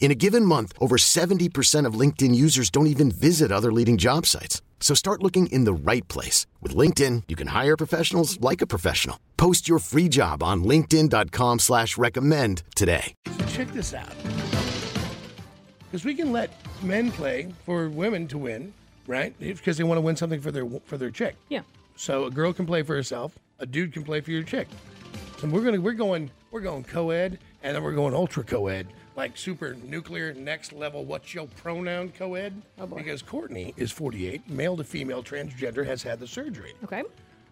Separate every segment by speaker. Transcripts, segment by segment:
Speaker 1: In a given month, over 70% of LinkedIn users don't even visit other leading job sites. So start looking in the right place. With LinkedIn, you can hire professionals like a professional. Post your free job on linkedin.com slash recommend today.
Speaker 2: Check this out. Because we can let men play for women to win, right? Because they want to win something for their for their chick.
Speaker 3: Yeah.
Speaker 2: So a girl can play for herself. A dude can play for your chick. So we're gonna we're going we're going co-ed and then we're going ultra co-ed, like super nuclear next level. What's your pronoun co-ed? Because Courtney is 48, male to female, transgender, has had the surgery.
Speaker 3: Okay.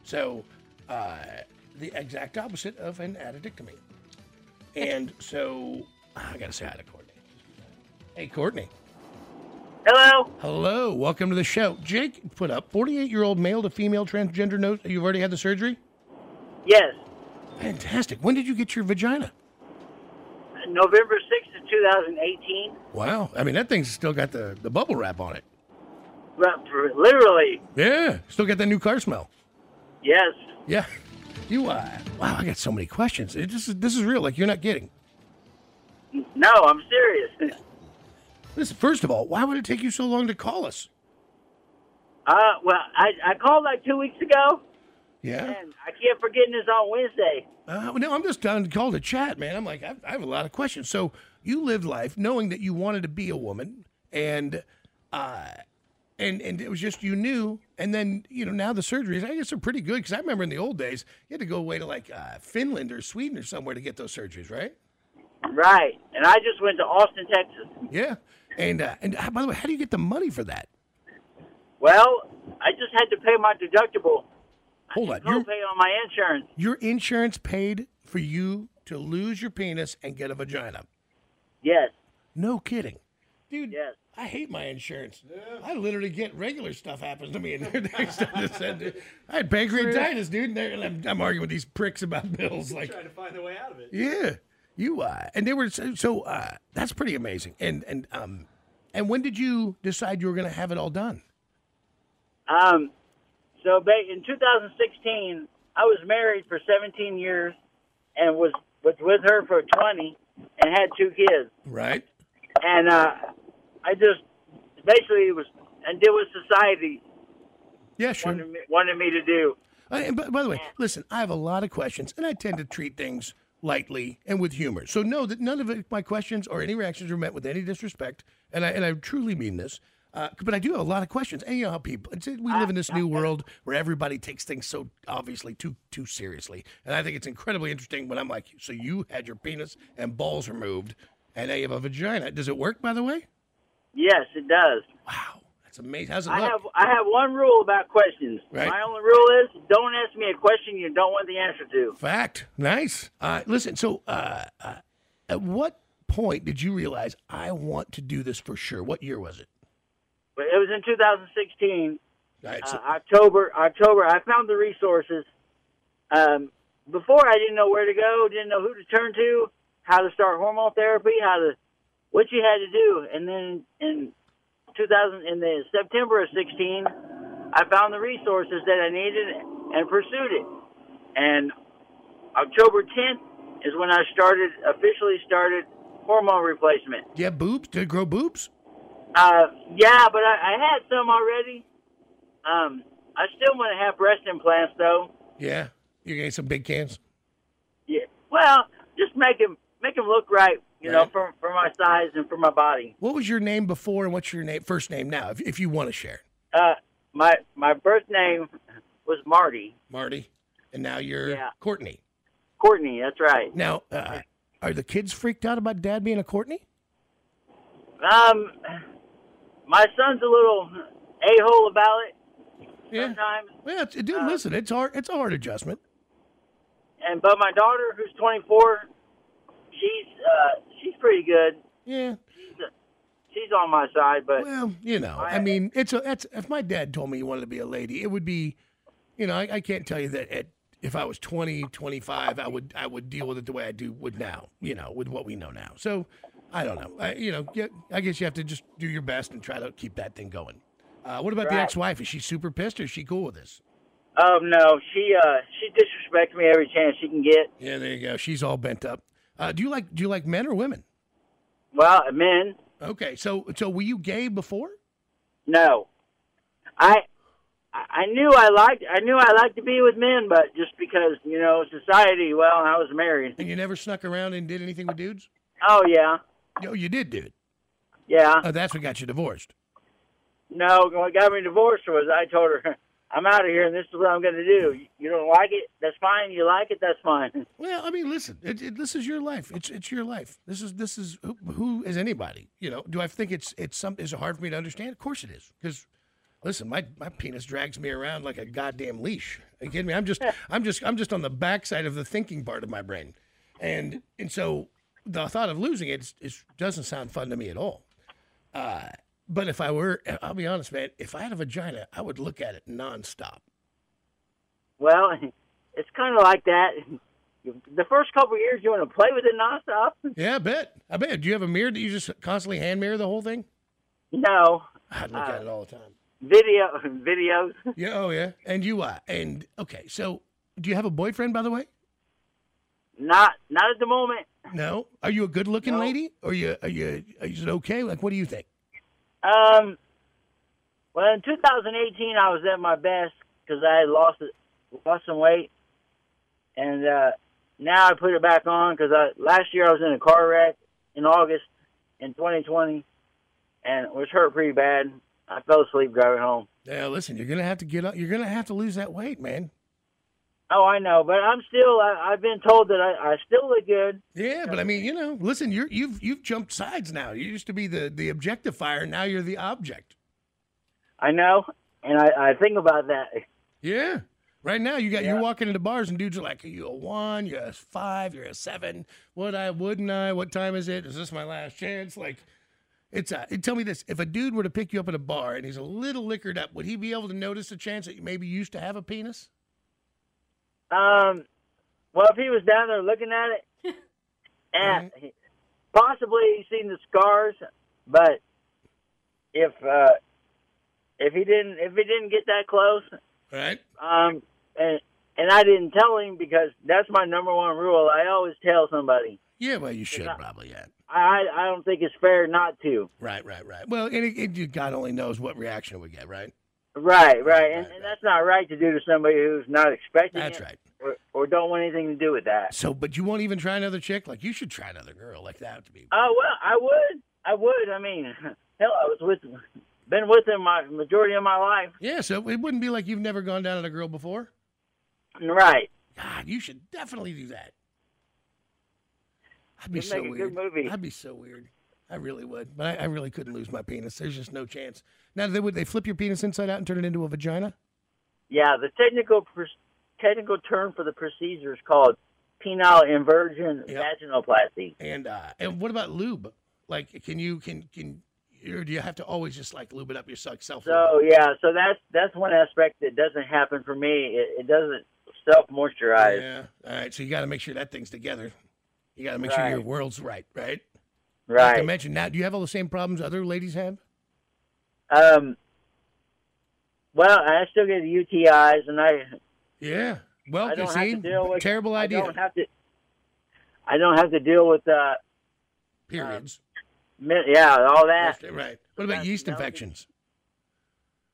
Speaker 2: So, uh, the exact opposite of an addictomy. And so, I gotta say hi to Courtney. Hey, Courtney.
Speaker 4: Hello.
Speaker 2: Hello. Welcome to the show. Jake put up 48 year old male to female transgender note. You've already had the surgery?
Speaker 4: Yes.
Speaker 2: Fantastic. When did you get your vagina?
Speaker 4: November 6th of 2018.
Speaker 2: Wow. I mean, that thing's still got the, the bubble wrap on it.
Speaker 4: Right, for- Literally.
Speaker 2: Yeah. Still got that new car smell.
Speaker 4: Yes.
Speaker 2: Yeah. You, uh, wow, I got so many questions. It, this, is, this is real. Like, you're not kidding.
Speaker 4: No, I'm serious.
Speaker 2: Listen, first of all, why would it take you so long to call us?
Speaker 4: Uh, well, I, I called like two weeks ago,
Speaker 2: Yeah.
Speaker 4: and I kept forgetting it's on Wednesday.
Speaker 2: Uh, no, I'm just down to call to chat, man. I'm like, I, I have a lot of questions. So you lived life knowing that you wanted to be a woman, and uh, and and it was just you knew. And then you know now the surgeries, I guess, are pretty good because I remember in the old days you had to go away to like uh, Finland or Sweden or somewhere to get those surgeries, right?
Speaker 4: Right. And I just went to Austin, Texas.
Speaker 2: Yeah. And uh, and uh, by the way, how do you get the money for that?
Speaker 4: Well, I just had to pay my deductible.
Speaker 2: Hold on,
Speaker 4: I'll
Speaker 2: your
Speaker 4: pay on my insurance.
Speaker 2: your insurance paid for you to lose your penis and get a vagina.
Speaker 4: Yes.
Speaker 2: No kidding, dude.
Speaker 4: Yes.
Speaker 2: I hate my insurance. I literally get regular stuff happens to me, and they're they stuff that said, I had pancreatitis, dude. And, they're- and I'm, I'm arguing with these pricks about bills, like trying to find the way out of it. Yeah, you. Uh, and they were so. so uh, that's pretty amazing. And and um, and when did you decide you were going to have it all done?
Speaker 4: Um, so ba- in 2016, I was married for 17 years and was, was with her for 20 and had two kids.
Speaker 2: Right.
Speaker 4: and uh, I just basically was and did what society
Speaker 2: Yeah, sure.
Speaker 4: wanted me, wanted me to do.
Speaker 2: Uh, and by, by the way, listen, I have a lot of questions, and I tend to treat things lightly and with humor. So know that none of it, my questions or any reactions are meant with any disrespect, and I and I truly mean this. Uh, but I do have a lot of questions, and you know how people. It's, we live in this new world where everybody takes things so obviously too too seriously, and I think it's incredibly interesting when I'm like, so you had your penis and balls removed, and now you have a vagina. Does it work, by the way?
Speaker 4: Yes, it does.
Speaker 2: Wow, that's amazing. How's it
Speaker 4: I
Speaker 2: look?
Speaker 4: have I have one rule about questions.
Speaker 2: Right.
Speaker 4: My only rule is don't ask me a question you don't want the answer to.
Speaker 2: Fact. Nice. Uh, listen, so uh, uh, at what point did you realize I want to do this for sure? What year was it?
Speaker 4: But it was in 2016,
Speaker 2: All right,
Speaker 4: uh,
Speaker 2: so-
Speaker 4: October. October. I found the resources. Um, before I didn't know where to go, didn't know who to turn to, how to start hormone therapy, how to what you had to do, and then in 2000 in the September of 16, I found the resources that I needed and pursued it. And October 10th is when I started officially started hormone replacement.
Speaker 2: yeah, boobs. Did it grow boobs?
Speaker 4: Uh, yeah, but I, I had some already. Um, I still want to have breast implants though.
Speaker 2: Yeah. You're getting some big cans?
Speaker 4: Yeah. Well, just make them make them look right, you know,
Speaker 2: Right.
Speaker 4: for for my size and for my body.
Speaker 2: What was your name before and what's your name first name now, if, if you want to share?
Speaker 4: Uh, my my birth name was Marty.
Speaker 2: Marty. And now you're
Speaker 4: Yeah.
Speaker 2: Courtney.
Speaker 4: Courtney. That's right.
Speaker 2: Now, uh, are the kids freaked out about dad being a Courtney?
Speaker 4: Um, my son's a little a hole about it
Speaker 2: Yeah.
Speaker 4: sometimes,
Speaker 2: Well, it's, dude,
Speaker 4: Uh,
Speaker 2: listen, it's hard. It's a hard adjustment.
Speaker 4: and but my daughter, who's 24, she's uh, she's pretty good.
Speaker 2: Yeah.
Speaker 4: She's on my side, but
Speaker 2: Well, you know, I,
Speaker 4: I-
Speaker 2: mean, it's a. That's if my dad told me he wanted to be a lady, it would be, you know, I, I can't tell you that at, if I was 20, 25, I would I would deal with it the way I do would now. You know, with what we know now. So, I don't know. I, you know, yeah, I guess you have to just do your best and try to keep that thing going. Uh, what about the
Speaker 4: Right.
Speaker 2: ex-wife? Is she super pissed or is she cool with this?
Speaker 4: um, no, she uh, she disrespects me every chance she can get.
Speaker 2: Yeah, there you go. She's all bent up. Uh, do you like do you like men or women?
Speaker 4: Well, men,
Speaker 2: Okay, so so were you gay before?
Speaker 4: no, I. I I knew I liked I knew I liked to be with men, but just because you know society. Well, I was married.
Speaker 2: And you never snuck around and did anything with dudes?
Speaker 4: Oh yeah,
Speaker 2: No, you did, dude.
Speaker 4: yeah.
Speaker 2: Oh, that's what got you divorced.
Speaker 4: No, what got me divorced was I told her, I'm out of here and this is what I'm going to do. You don't like it? That's fine. You like it? That's fine.
Speaker 2: Well, I mean, listen, it, it, this is your life. It's it's your life. This is this is who, who is anybody? You know? Do I think it's it's some? Is it hard for me to understand? Of course it is. Because listen, my my penis drags me around like a goddamn leash. Are you kidding me? I'm just I'm just I'm just on the backside of the thinking part of my brain, and and so the thought of losing it is, is, doesn't sound fun to me at all. Uh, but if I were, I'll be honest, man. If I had a vagina, I would look at it nonstop.
Speaker 4: Well, it's kind of like that. The first couple of years, you want to play with it nonstop?
Speaker 2: Yeah, I bet. I bet. Do you have a mirror? Do you just constantly hand mirror the whole thing?
Speaker 4: No.
Speaker 2: I'd look at it all the time.
Speaker 4: Video, videos.
Speaker 2: Yeah, oh yeah. And you uh and okay, so do you have a boyfriend by the way?
Speaker 4: Not, not at the moment.
Speaker 2: No. Are you a good looking
Speaker 4: No.
Speaker 2: lady? Or you are you is it okay? Like what do you think?
Speaker 4: Um, well, in 2018, I was at my best because I had lost it, lost some weight, and uh, now I put it back on because I last year I was in a car wreck in August in 2020, and was hurt pretty bad. I fell asleep driving home.
Speaker 2: Yeah, listen, you're gonna have to get up you're gonna have to lose that weight, man.
Speaker 4: Oh, I know, but I'm still. I, I've been told that I, I still look good.
Speaker 2: Yeah, but I mean, you know, listen, you're you've you've jumped sides now. You used to be the the objectifier, now you're the object.
Speaker 4: I know, and I, I think about that.
Speaker 2: Yeah. Right now, you got you're
Speaker 4: Yeah.
Speaker 2: walking into bars and dudes are like, "Are you a one? You're a five? You're a seven? What I wouldn't I? What time is it? Is this my last chance?" Like, it's a. Tell me this: if a dude were to pick you up at a bar and he's a little liquored up, would he be able to notice a chance that you maybe used to have a penis?
Speaker 4: Um, well, if he was down there looking at it, and possibly he's seen the scars, but if uh, if he didn't if he didn't get that close,
Speaker 2: Right?
Speaker 4: um, and and I didn't tell him because that's my number one rule. I always tell somebody.
Speaker 2: Yeah. Well, you should
Speaker 4: not-
Speaker 2: probably. Yeah.
Speaker 4: I I I don't think it's fair not to.
Speaker 2: Right. Right. Right. Well, and it, it, God only knows what reaction we get. Right.
Speaker 4: Right, right, and,
Speaker 2: Right, right.
Speaker 4: and that's not right to do to somebody who's not expecting
Speaker 2: That's
Speaker 4: it
Speaker 2: right.
Speaker 4: or, or don't want anything to do with that.
Speaker 2: So, but you won't even try another chick. Like you should try another girl. Like that would be.
Speaker 4: Oh well, I would, I would. I mean, hell, I was with, been with him my majority of my life.
Speaker 2: Yeah. So it wouldn't be like you've never gone down on a girl before.
Speaker 4: Right.
Speaker 2: God, you should definitely do that. I'd be
Speaker 4: It'd
Speaker 2: so
Speaker 4: make a
Speaker 2: weird.
Speaker 4: good movie.
Speaker 2: I'd be so weird. I really would, but I, I really couldn't lose my penis. There's just no chance. Now, they, would they flip your penis inside out and turn it into a vagina?
Speaker 4: Yeah, the technical pr- technical term for the procedure is called penile inversion
Speaker 2: Yep.
Speaker 4: vaginoplasty.
Speaker 2: And uh, and what about lube? Like, can you can can or do you have to always just like lube it up yourself? Self.
Speaker 4: So yeah, so that's that's one aspect that doesn't happen for me. It, it doesn't self moisturize.
Speaker 2: yeah. All right. So you got to make sure that thing's together. You got to make sure
Speaker 4: Right.
Speaker 2: your world's right, right? Not to
Speaker 4: Right.
Speaker 2: mention now, do you have all the same problems other ladies have?
Speaker 4: Um. Well, I still get UTIs, and I
Speaker 2: Yeah. Well,
Speaker 4: I
Speaker 2: you
Speaker 4: don't
Speaker 2: see,
Speaker 4: have to deal with
Speaker 2: terrible
Speaker 4: I
Speaker 2: idea.
Speaker 4: don't have to. I don't have to deal with uh,
Speaker 2: Periods.
Speaker 4: mi- yeah, all that.
Speaker 2: right. What about
Speaker 4: that's-
Speaker 2: yeast
Speaker 4: that would be-
Speaker 2: infections?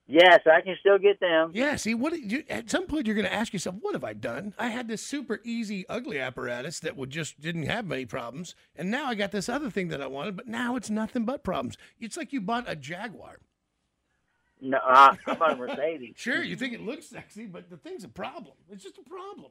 Speaker 4: Yes, I can still get them.
Speaker 2: Yeah, see, what you, at some point you're going to ask yourself, what have I done? I had this super easy, ugly apparatus that would just didn't have many problems, and now I got this other thing that I wanted, but now it's nothing but problems. It's like you bought a Jaguar.
Speaker 4: No, uh, I'm on Mercedes.
Speaker 2: Sure, you think it looks sexy, but the thing's a problem. It's just a problem.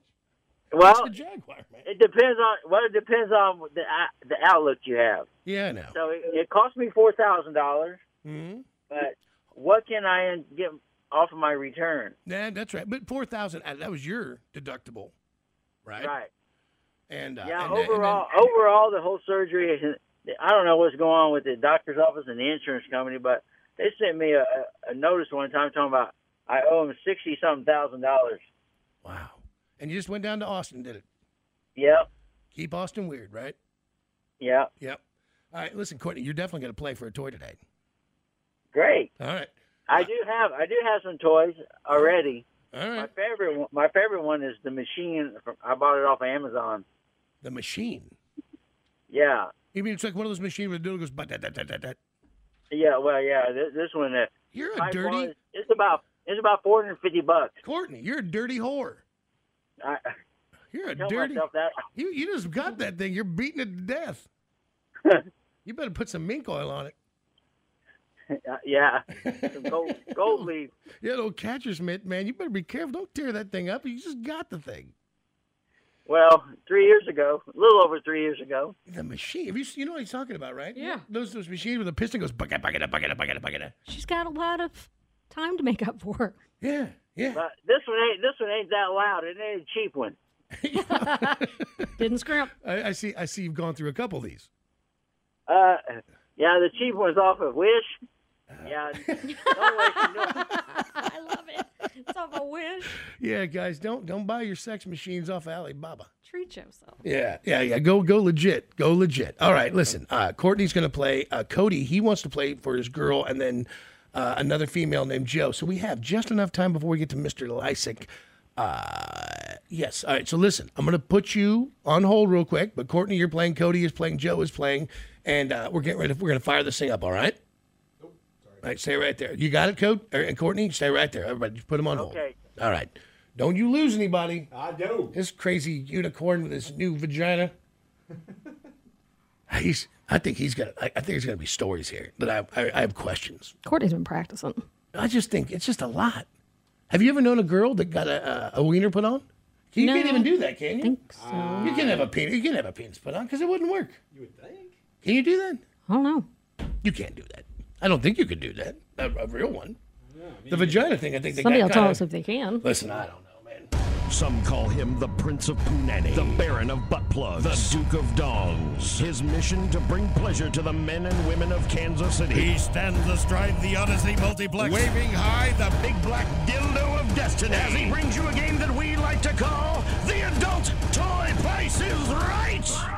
Speaker 4: Well,
Speaker 2: it's a Jaguar, man.
Speaker 4: It depends on well, it depends on the uh, the outlook you have.
Speaker 2: Yeah, I know.
Speaker 4: So it, it cost me four thousand dollars,
Speaker 2: Mhm.
Speaker 4: but what can I get off of my return?
Speaker 2: Yeah, that's right. But four thousand uh, that was your deductible, right?
Speaker 4: Right.
Speaker 2: And uh,
Speaker 4: Yeah.
Speaker 2: and, uh, and then-
Speaker 4: overall, overall, the whole surgery. I don't know what's going on with the doctor's office and the insurance company, but they sent me a, a notice one time talking about I owe them sixty something thousand dollars.
Speaker 2: wow. And you just went down to Austin, did it?
Speaker 4: Yep.
Speaker 2: Keep Austin weird, right?
Speaker 4: Yep.
Speaker 2: Yep. All right, listen, Courtney, you're definitely going to play for a toy today.
Speaker 4: Great.
Speaker 2: All right.
Speaker 4: I do have I do have some toys already.
Speaker 2: All
Speaker 4: My
Speaker 2: right.
Speaker 4: favorite one, my favorite one is the machine. From, I bought it off of Amazon.
Speaker 2: The machine.
Speaker 4: Yeah.
Speaker 2: You mean it's like one of those machines where the noodle goes, but that, that, that, that, that.
Speaker 4: Yeah, well, yeah, this, this one, uh,
Speaker 2: You're a
Speaker 4: Type
Speaker 2: dirty,
Speaker 4: one, it's about it's about four hundred and fifty bucks.
Speaker 2: Courtney, you're a dirty whore.
Speaker 4: I,
Speaker 2: You're
Speaker 4: I
Speaker 2: a
Speaker 4: tell
Speaker 2: dirty,
Speaker 4: myself that.
Speaker 2: you, you just got that thing. You're beating it to death. you better put some mink oil on it.
Speaker 4: uh, yeah, some gold, gold leaf.
Speaker 2: Yeah, little catcher's mitt, man. You better be careful. Don't tear that thing up. You just got the thing.
Speaker 4: Well, three years ago, a little over three years ago.
Speaker 2: The machine. Have you, s- you know what he's talking about, right?
Speaker 3: Yeah.
Speaker 2: Those those machines where the piston goes bucket, bucket, bucket, bucket, bucket.
Speaker 3: She's got a lot of time to make up for.
Speaker 2: Yeah, yeah.
Speaker 4: But Uh, this one ain't this one ain't that loud. It ain't a cheap one.
Speaker 3: Didn't scrimp.
Speaker 2: I, I see. I see. You've gone through a couple of these.
Speaker 4: Uh, yeah, the cheap one's off of Wish.
Speaker 2: Uh.
Speaker 4: Yeah, don't waste your,
Speaker 3: I love it. It's off a wish.
Speaker 2: Yeah, guys, don't don't buy your sex machines off Alibaba.
Speaker 3: Treat yourself.
Speaker 2: Yeah, yeah, yeah. Go go legit. Go legit. All right, listen. Uh, Courtney's going to play uh, Cody. He wants to play for his girl, and then uh, another female named Joe. So we have just enough time before we get to Mister Lysick. Uh, yes. All right. So listen, I'm going to put you on hold real quick. But Courtney, you're playing. Cody is playing. Joe is playing, and uh, we're getting ready. We're going to fire this thing up. All right. All right. Stay right there. You got it, Cody er, and Courtney. Stay right there. Everybody, just put them on hold.
Speaker 4: Okay.
Speaker 2: All right. Don't you lose anybody
Speaker 5: I do.
Speaker 2: this crazy unicorn with his new vagina. he's. I think he's gonna. I, I think there's gonna be stories here that I, I I have questions.
Speaker 3: Courtney's been practicing.
Speaker 2: I just think it's just a lot. Have you ever known a girl that got a a, a wiener put on? You can't
Speaker 3: No.
Speaker 2: even do that, can you?
Speaker 3: think so.
Speaker 2: you can have a penis. You can have a penis put on because it wouldn't work.
Speaker 5: You would think.
Speaker 2: Can you do that?
Speaker 3: I don't know.
Speaker 2: You can't do that. I don't think you could do that. A, a real one. the vagina thing. I think they
Speaker 3: Somebody
Speaker 2: got
Speaker 3: will tell
Speaker 2: kinda-
Speaker 3: us if they can.
Speaker 2: Listen, I don't know, man.
Speaker 6: Some call him the Prince of Punani, the Baron of Butt Plugs, the Duke of Dongs. His mission to bring pleasure to the men and women of Kansas City. He stands astride the Odyssey Multiplex, waving high the big black dildo of destiny as he brings you a game that we like to call the Adult Toy Price is Right.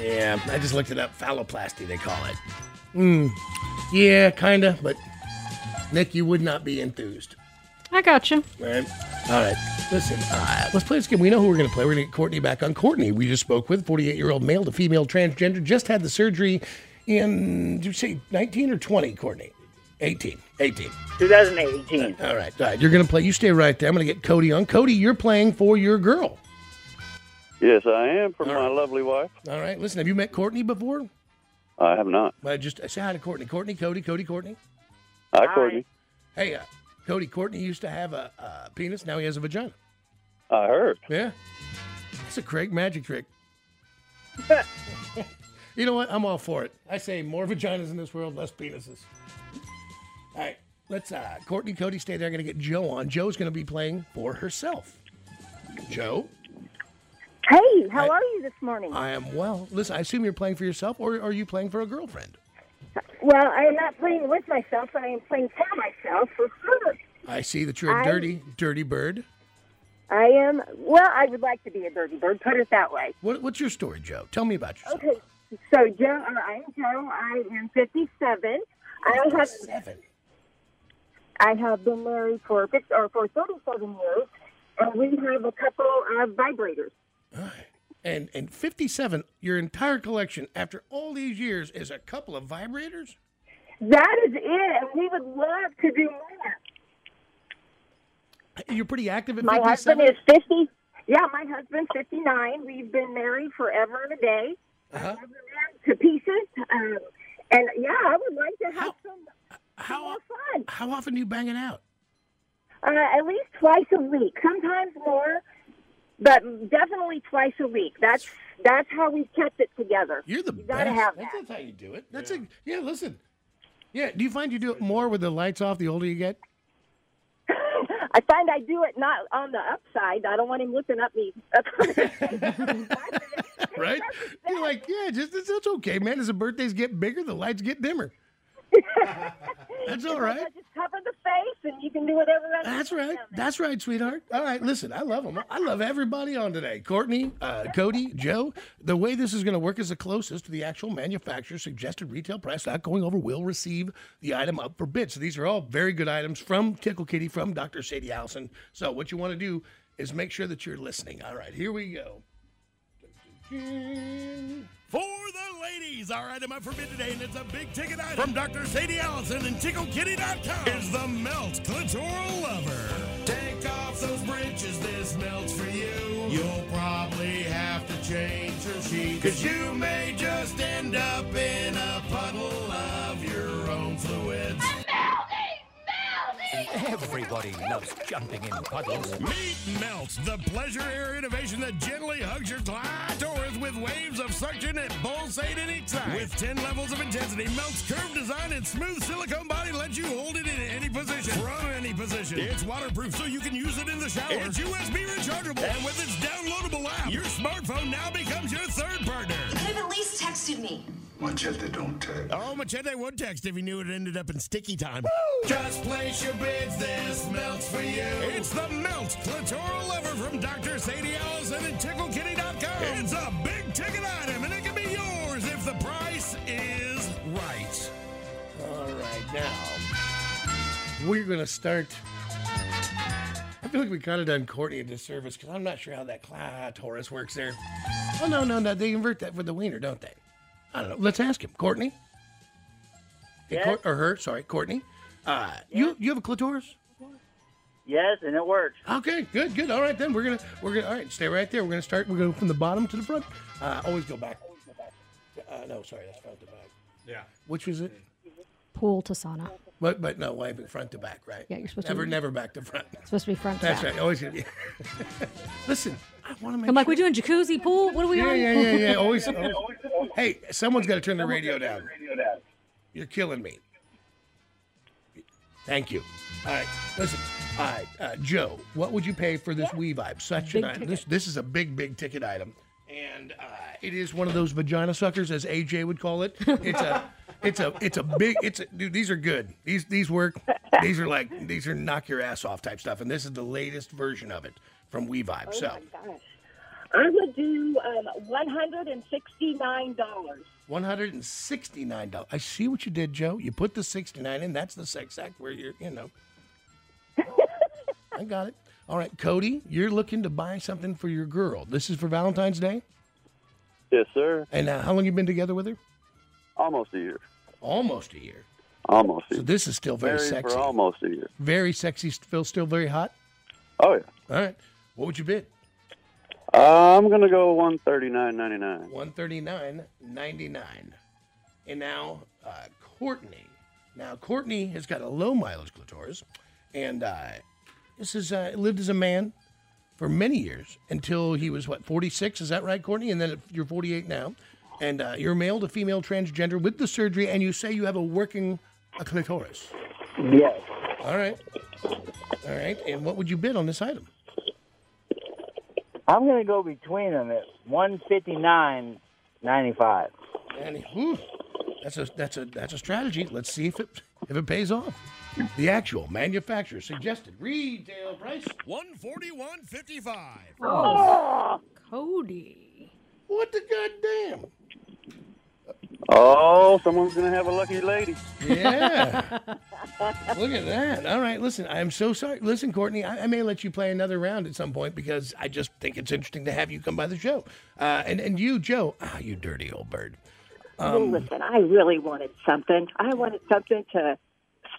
Speaker 2: Yeah, I just looked it up. Phalloplasty, they call it. Mm, yeah, kinda, but Nick, you would not be enthused.
Speaker 3: I got you.
Speaker 2: All right. All right. Listen, uh, let's play this game. We know who we're going to play. We're going to get Courtney back on. Courtney, we just spoke with, 48 year old male to female transgender, just had the surgery in, did you say 19 or 20, Courtney? 18. 18.
Speaker 4: 2018.
Speaker 2: All right. All right. You're going to play. You stay right there. I'm going to get Cody on. Cody, you're playing for your girl.
Speaker 7: Yes, I am for my lovely wife.
Speaker 2: All right. Listen, have you met Courtney before?
Speaker 7: I have not.
Speaker 2: Uh, just say hi to Courtney. Courtney, Cody, Cody, Courtney.
Speaker 7: Hi, Courtney.
Speaker 2: Hey, uh, Cody, Courtney used to have a, uh penis. Now he has a vagina.
Speaker 7: I heard.
Speaker 2: Yeah. It's a Craig magic trick. you know what? I'm all for it. I say more vaginas in this world, less penises. All right. Let's, uh, Courtney, Cody, stay there. I'm going to get Joe on. Joe's going to be playing for herself. Joe,
Speaker 8: Hey, how
Speaker 2: I-
Speaker 8: are you this morning?
Speaker 2: I am well. Listen, I assume you're playing for yourself, or are you playing for a girlfriend?
Speaker 8: well, I am not playing with myself, but I am playing for myself for sure.
Speaker 2: I see that you're a
Speaker 8: I-
Speaker 2: dirty, dirty bird.
Speaker 8: I am, well, I would like to be a dirty bird, put it that way.
Speaker 2: What, what's your story, Joe? Tell me about yourself.
Speaker 8: Okay, so Joe, uh, I'm Joe. I am 57. I have
Speaker 2: Seven.
Speaker 8: I have been married for fif- or for 37 years, Uh, we have a couple of vibrators.
Speaker 2: And and 57, your entire collection after all these years is a couple of vibrators?
Speaker 8: That is it. and We would love to do more.
Speaker 2: You're pretty active at
Speaker 8: My
Speaker 2: 57?
Speaker 8: husband is 50. Yeah, my husband's 59. We've been married forever and a day.
Speaker 2: Uh-huh.
Speaker 8: I love the man to pieces. Um, and yeah, I would like to have some, some
Speaker 2: how,
Speaker 8: more fun.
Speaker 2: how often do you bang it out?
Speaker 8: Uh, at least twice a week, sometimes more, but definitely twice a week. That's that's how we've kept it together.
Speaker 2: You're the
Speaker 8: you
Speaker 2: best.
Speaker 8: gotta have
Speaker 2: that's,
Speaker 8: that.
Speaker 2: that's how you do it. That's yeah. yeah, listen. Yeah, do you find you do it more with the lights off the older you get?
Speaker 8: I find I do it not on the upside. I don't want him looking up me. Up
Speaker 2: Right? You're like, yeah, just it's, it's okay, man. As the birthdays get bigger, the lights get dimmer. that's all right.
Speaker 8: Just cover the face, and you can do whatever. else
Speaker 2: That's
Speaker 8: you
Speaker 2: right.
Speaker 8: want.
Speaker 2: That's right, sweetheart. All right, listen, I love them. I love everybody on today. Courtney, uh, Cody, Joe. The way this is going to work is the closest to the actual manufacturer's suggested retail price. Not going over will receive the item up for bid. So these are all very good items from Tickle Kitty, from Dr. Sadie Allison. So what you want to do is make sure that you're listening. All right, here we go.
Speaker 6: For the ladies, our item up for bid today, and it's a big ticket item from Dr. Sadie Allison and TickleKitty.com. Is the Melt Clitoral Lover. Take off those britches, this melts for you. You'll probably have to change your sheet, cause you may just end up in a puddle of your own fluids.
Speaker 5: Everybody loves jumping in puddles.
Speaker 6: Meet Melts, the pleasure air innovation that gently hugs your clitoris with waves of suction at both eight and each side. With 10 levels of intensity, Melt's curved design and smooth silicone body lets you hold it in any position. From any position. It's waterproof so you can use it in the shower. It's USB rechargeable. And with its downloadable app, your smartphone now becomes your third partner.
Speaker 9: You could have at least texted me.
Speaker 10: Machete don't tag.
Speaker 6: Oh, Machete would text if he knew it ended up in sticky time. Just place your bids. This melts for you. It's the Melt Clitoral Lover from Dr. Sadie Allison and TickleKitty.com. It's a big ticket item, and it can be yours if the price is right.
Speaker 2: All right, now we're going to start. I feel like we kind of done Courtney a disservice because I'm not sure how that clitoris works there. Oh, no, no, no. They invert that for the wiener, don't they? I don't know. Let's ask him. Courtney? Hey,
Speaker 4: Yes.
Speaker 2: Court- or her, sorry, Courtney. Uh, you, you have a clitoris?
Speaker 4: Yes, and it works.
Speaker 2: Okay, good, good. All right, then we're gonna we're gonna all right. Stay right there. We're gonna start. We're gonna go from the bottom to the front. Uh, always go back. Uh, no, sorry, that's front to back.
Speaker 6: Yeah.
Speaker 2: Which was it?
Speaker 3: Pool to sauna.
Speaker 2: But but no, why front to back, right?
Speaker 3: Yeah, you're supposed to-
Speaker 2: never never back to front.
Speaker 3: It's supposed to be front to
Speaker 2: That's
Speaker 3: back.
Speaker 2: right. Always gonna be. Listen, I want to make.
Speaker 3: I'm like,
Speaker 2: sure-
Speaker 3: we doing jacuzzi pool? What are we
Speaker 2: Yeah,
Speaker 3: on?
Speaker 2: yeah, yeah, yeah. Always. always. Hey, someone's got to turn the radio down. You're killing me. Thank you. All right, listen. All right, uh, Joe, what would you pay for this Wee Vibe? Such an
Speaker 3: Big
Speaker 2: item. This this is a big, big ticket item, and uh, it is one of those vagina suckers, as AJ would call it. It's a, it's a, it's a big. It's a, dude. These are good. These these work. These are like these are knock your ass off type stuff, and this is the latest version of it from Wee Vibe.
Speaker 9: Oh
Speaker 2: so.
Speaker 8: Gosh. I would do um, one hundred and sixty-nine dollars.
Speaker 2: One hundred and sixty-nine dollars. I see what you did, Joe. You put the sixty-nine in. That's the sex act where you're, you know. I got it. All right, Cody, you're looking to buy something for your girl. This is for Valentine's Day.
Speaker 7: Yes, sir.
Speaker 2: And uh, how long you been together with her?
Speaker 7: Almost a year.
Speaker 2: Almost a year.
Speaker 7: Almost a
Speaker 2: So
Speaker 7: year.
Speaker 2: this is still very
Speaker 7: Married
Speaker 2: sexy.
Speaker 7: for almost a year.
Speaker 2: Very sexy. Still, still very hot.
Speaker 7: Oh yeah.
Speaker 2: All right. What would you bid?
Speaker 7: Uh, I'm gonna go one thirty nine ninety nine.
Speaker 2: One thirty-nine ninety-nine. And now uh, Courtney. Now Courtney has got a low mileage clitoris, and uh, this is uh, lived as a man for many years until he was what forty-six. Is that right, Courtney? And then you're forty-eight now, and uh, you're male to female transgender with the surgery, and you say you have a working uh clitoris.
Speaker 4: Yes.
Speaker 2: All right, all right. And what would you bid on this item?
Speaker 4: I'm gonna go between them at one fifty nine ninety five.
Speaker 2: And whew, that's a that's a that's a strategy. Let's see if it if it pays off. The actual manufacturer suggested retail price.
Speaker 6: One forty-one fifty-five.
Speaker 3: Cody.
Speaker 2: What the goddamn?
Speaker 7: Oh, someone's gonna have a lucky lady.
Speaker 2: Yeah. Look at that. All right, listen, I'm so sorry. Listen, Courtney, I, I may let you play another round at some point because I just think it's interesting to have you come by the show. Uh, and, and you, Joe, ah, you dirty old bird. Um,
Speaker 9: well, listen, I really wanted something. I wanted something to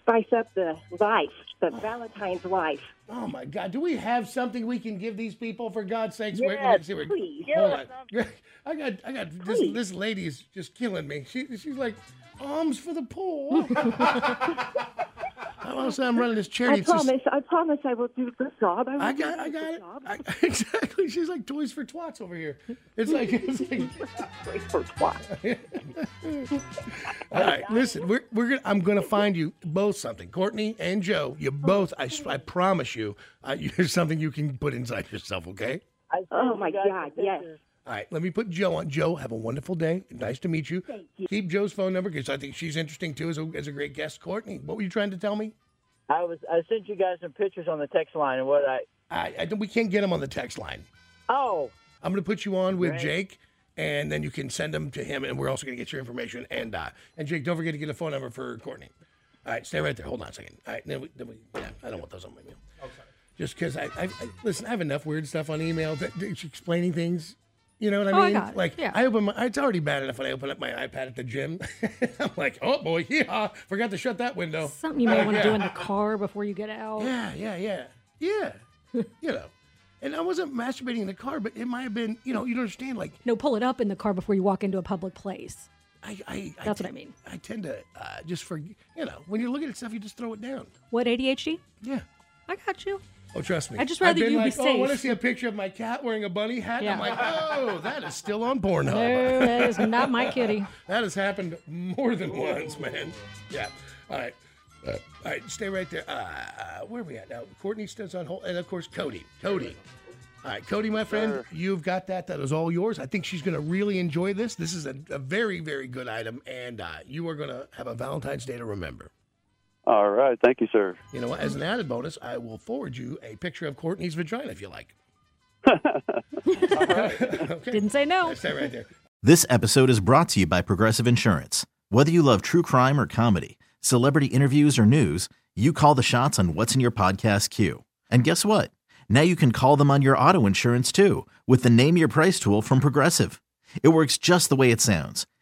Speaker 9: spice up the life, the Valentine's life.
Speaker 2: Oh my God! Do we have something we can give these people for God's sakes?
Speaker 9: Yes, please.
Speaker 2: Hold
Speaker 9: Yes.
Speaker 2: on. I got, I got this. This lady is just killing me. She, she's like, arms for the poor. I'm also I'm running this charity.
Speaker 9: I
Speaker 2: It's just-
Speaker 9: promise. I promise. I will do a good job. I, will
Speaker 2: I
Speaker 9: do
Speaker 2: got,
Speaker 9: a
Speaker 2: I
Speaker 9: good
Speaker 2: got it.
Speaker 9: job.
Speaker 2: I, exactly. She's like toys for twats over here. It's like, it's like
Speaker 9: toys for twats.
Speaker 2: All right, listen, we're, we're gonna, I'm going to find you both something, Courtney and Joe. You both, I, s- I promise you, uh, there's something you can put inside yourself. Okay.
Speaker 9: Oh my God! Yes.
Speaker 2: All right, let me put Joe on. Joe, have a wonderful day. Nice to meet you. Keep Joe's phone number because I think she's interesting too as a, as a great guest. Courtney, what were you trying to tell me?
Speaker 4: I was I sent you guys some pictures on the text line and what I
Speaker 2: I, I don't- we can't get him on the text line.
Speaker 4: Oh,
Speaker 2: I'm going to put you on with
Speaker 4: Great.
Speaker 2: Jake, and then you can send them to him, and we're also going to get your information. And uh, and Jake, don't forget to get a phone number for Courtney. All right, stay right there. Hold on a second. All right, then we, then we yeah, I don't want those on my email. Just because I, I, I listen, I have enough weird stuff on email that it's explaining things. You know what I
Speaker 11: Oh, I
Speaker 2: mean?
Speaker 11: got it.
Speaker 2: Like
Speaker 11: Yeah.
Speaker 2: I open my, it's already bad enough when I open up my iPad at the gym. I'm like, oh boy, yeah, forgot to shut that window.
Speaker 3: Something you might
Speaker 2: Like,
Speaker 3: want to
Speaker 2: yeah.
Speaker 3: do in the car before you get out.
Speaker 2: Yeah, yeah, yeah, yeah. you know, and I wasn't masturbating in the car, but it might have been. You know, you don't understand. Like
Speaker 3: No, pull it up in the car before you walk into a public place.
Speaker 2: I, I, I
Speaker 3: That's
Speaker 2: ten-
Speaker 3: what I mean.
Speaker 2: I tend to uh, just for you know when you're looking at stuff, you just throw it down.
Speaker 3: What ADHD?
Speaker 2: Yeah.
Speaker 3: I got you.
Speaker 2: Oh, trust me.
Speaker 3: I'd just rather
Speaker 2: I've been
Speaker 3: you be
Speaker 2: like, Oh, I want to
Speaker 3: safe."
Speaker 2: see a picture of my cat wearing a bunny hat. And I'm
Speaker 3: Yeah.
Speaker 2: like, oh, that is still on Pornhub.
Speaker 3: No, that is not my kitty.
Speaker 2: that has happened more than once, man. Yeah. All right. Uh, all right, stay right there. Uh, where are we at now? Courtney stands on hold, and of course Cody. Cody. All right, Cody, my friend, you've got that. That is all yours. I think she's going to really enjoy this. This is a, a very, very good item, and uh, you are going to have a Valentine's Day to remember.
Speaker 7: All right. Thank you, sir.
Speaker 2: You know, what? as an added bonus, I will forward you a picture of Courtney's vagina if you like.
Speaker 3: Didn't say no.
Speaker 2: Stay right there.
Speaker 12: This episode is brought to you by Progressive Insurance. Whether you love true crime or comedy, celebrity interviews or news, you call the shots on what's in your podcast queue. And guess what? Now you can call them on your auto insurance too with the Name Your Price tool from Progressive. It works just the way it sounds.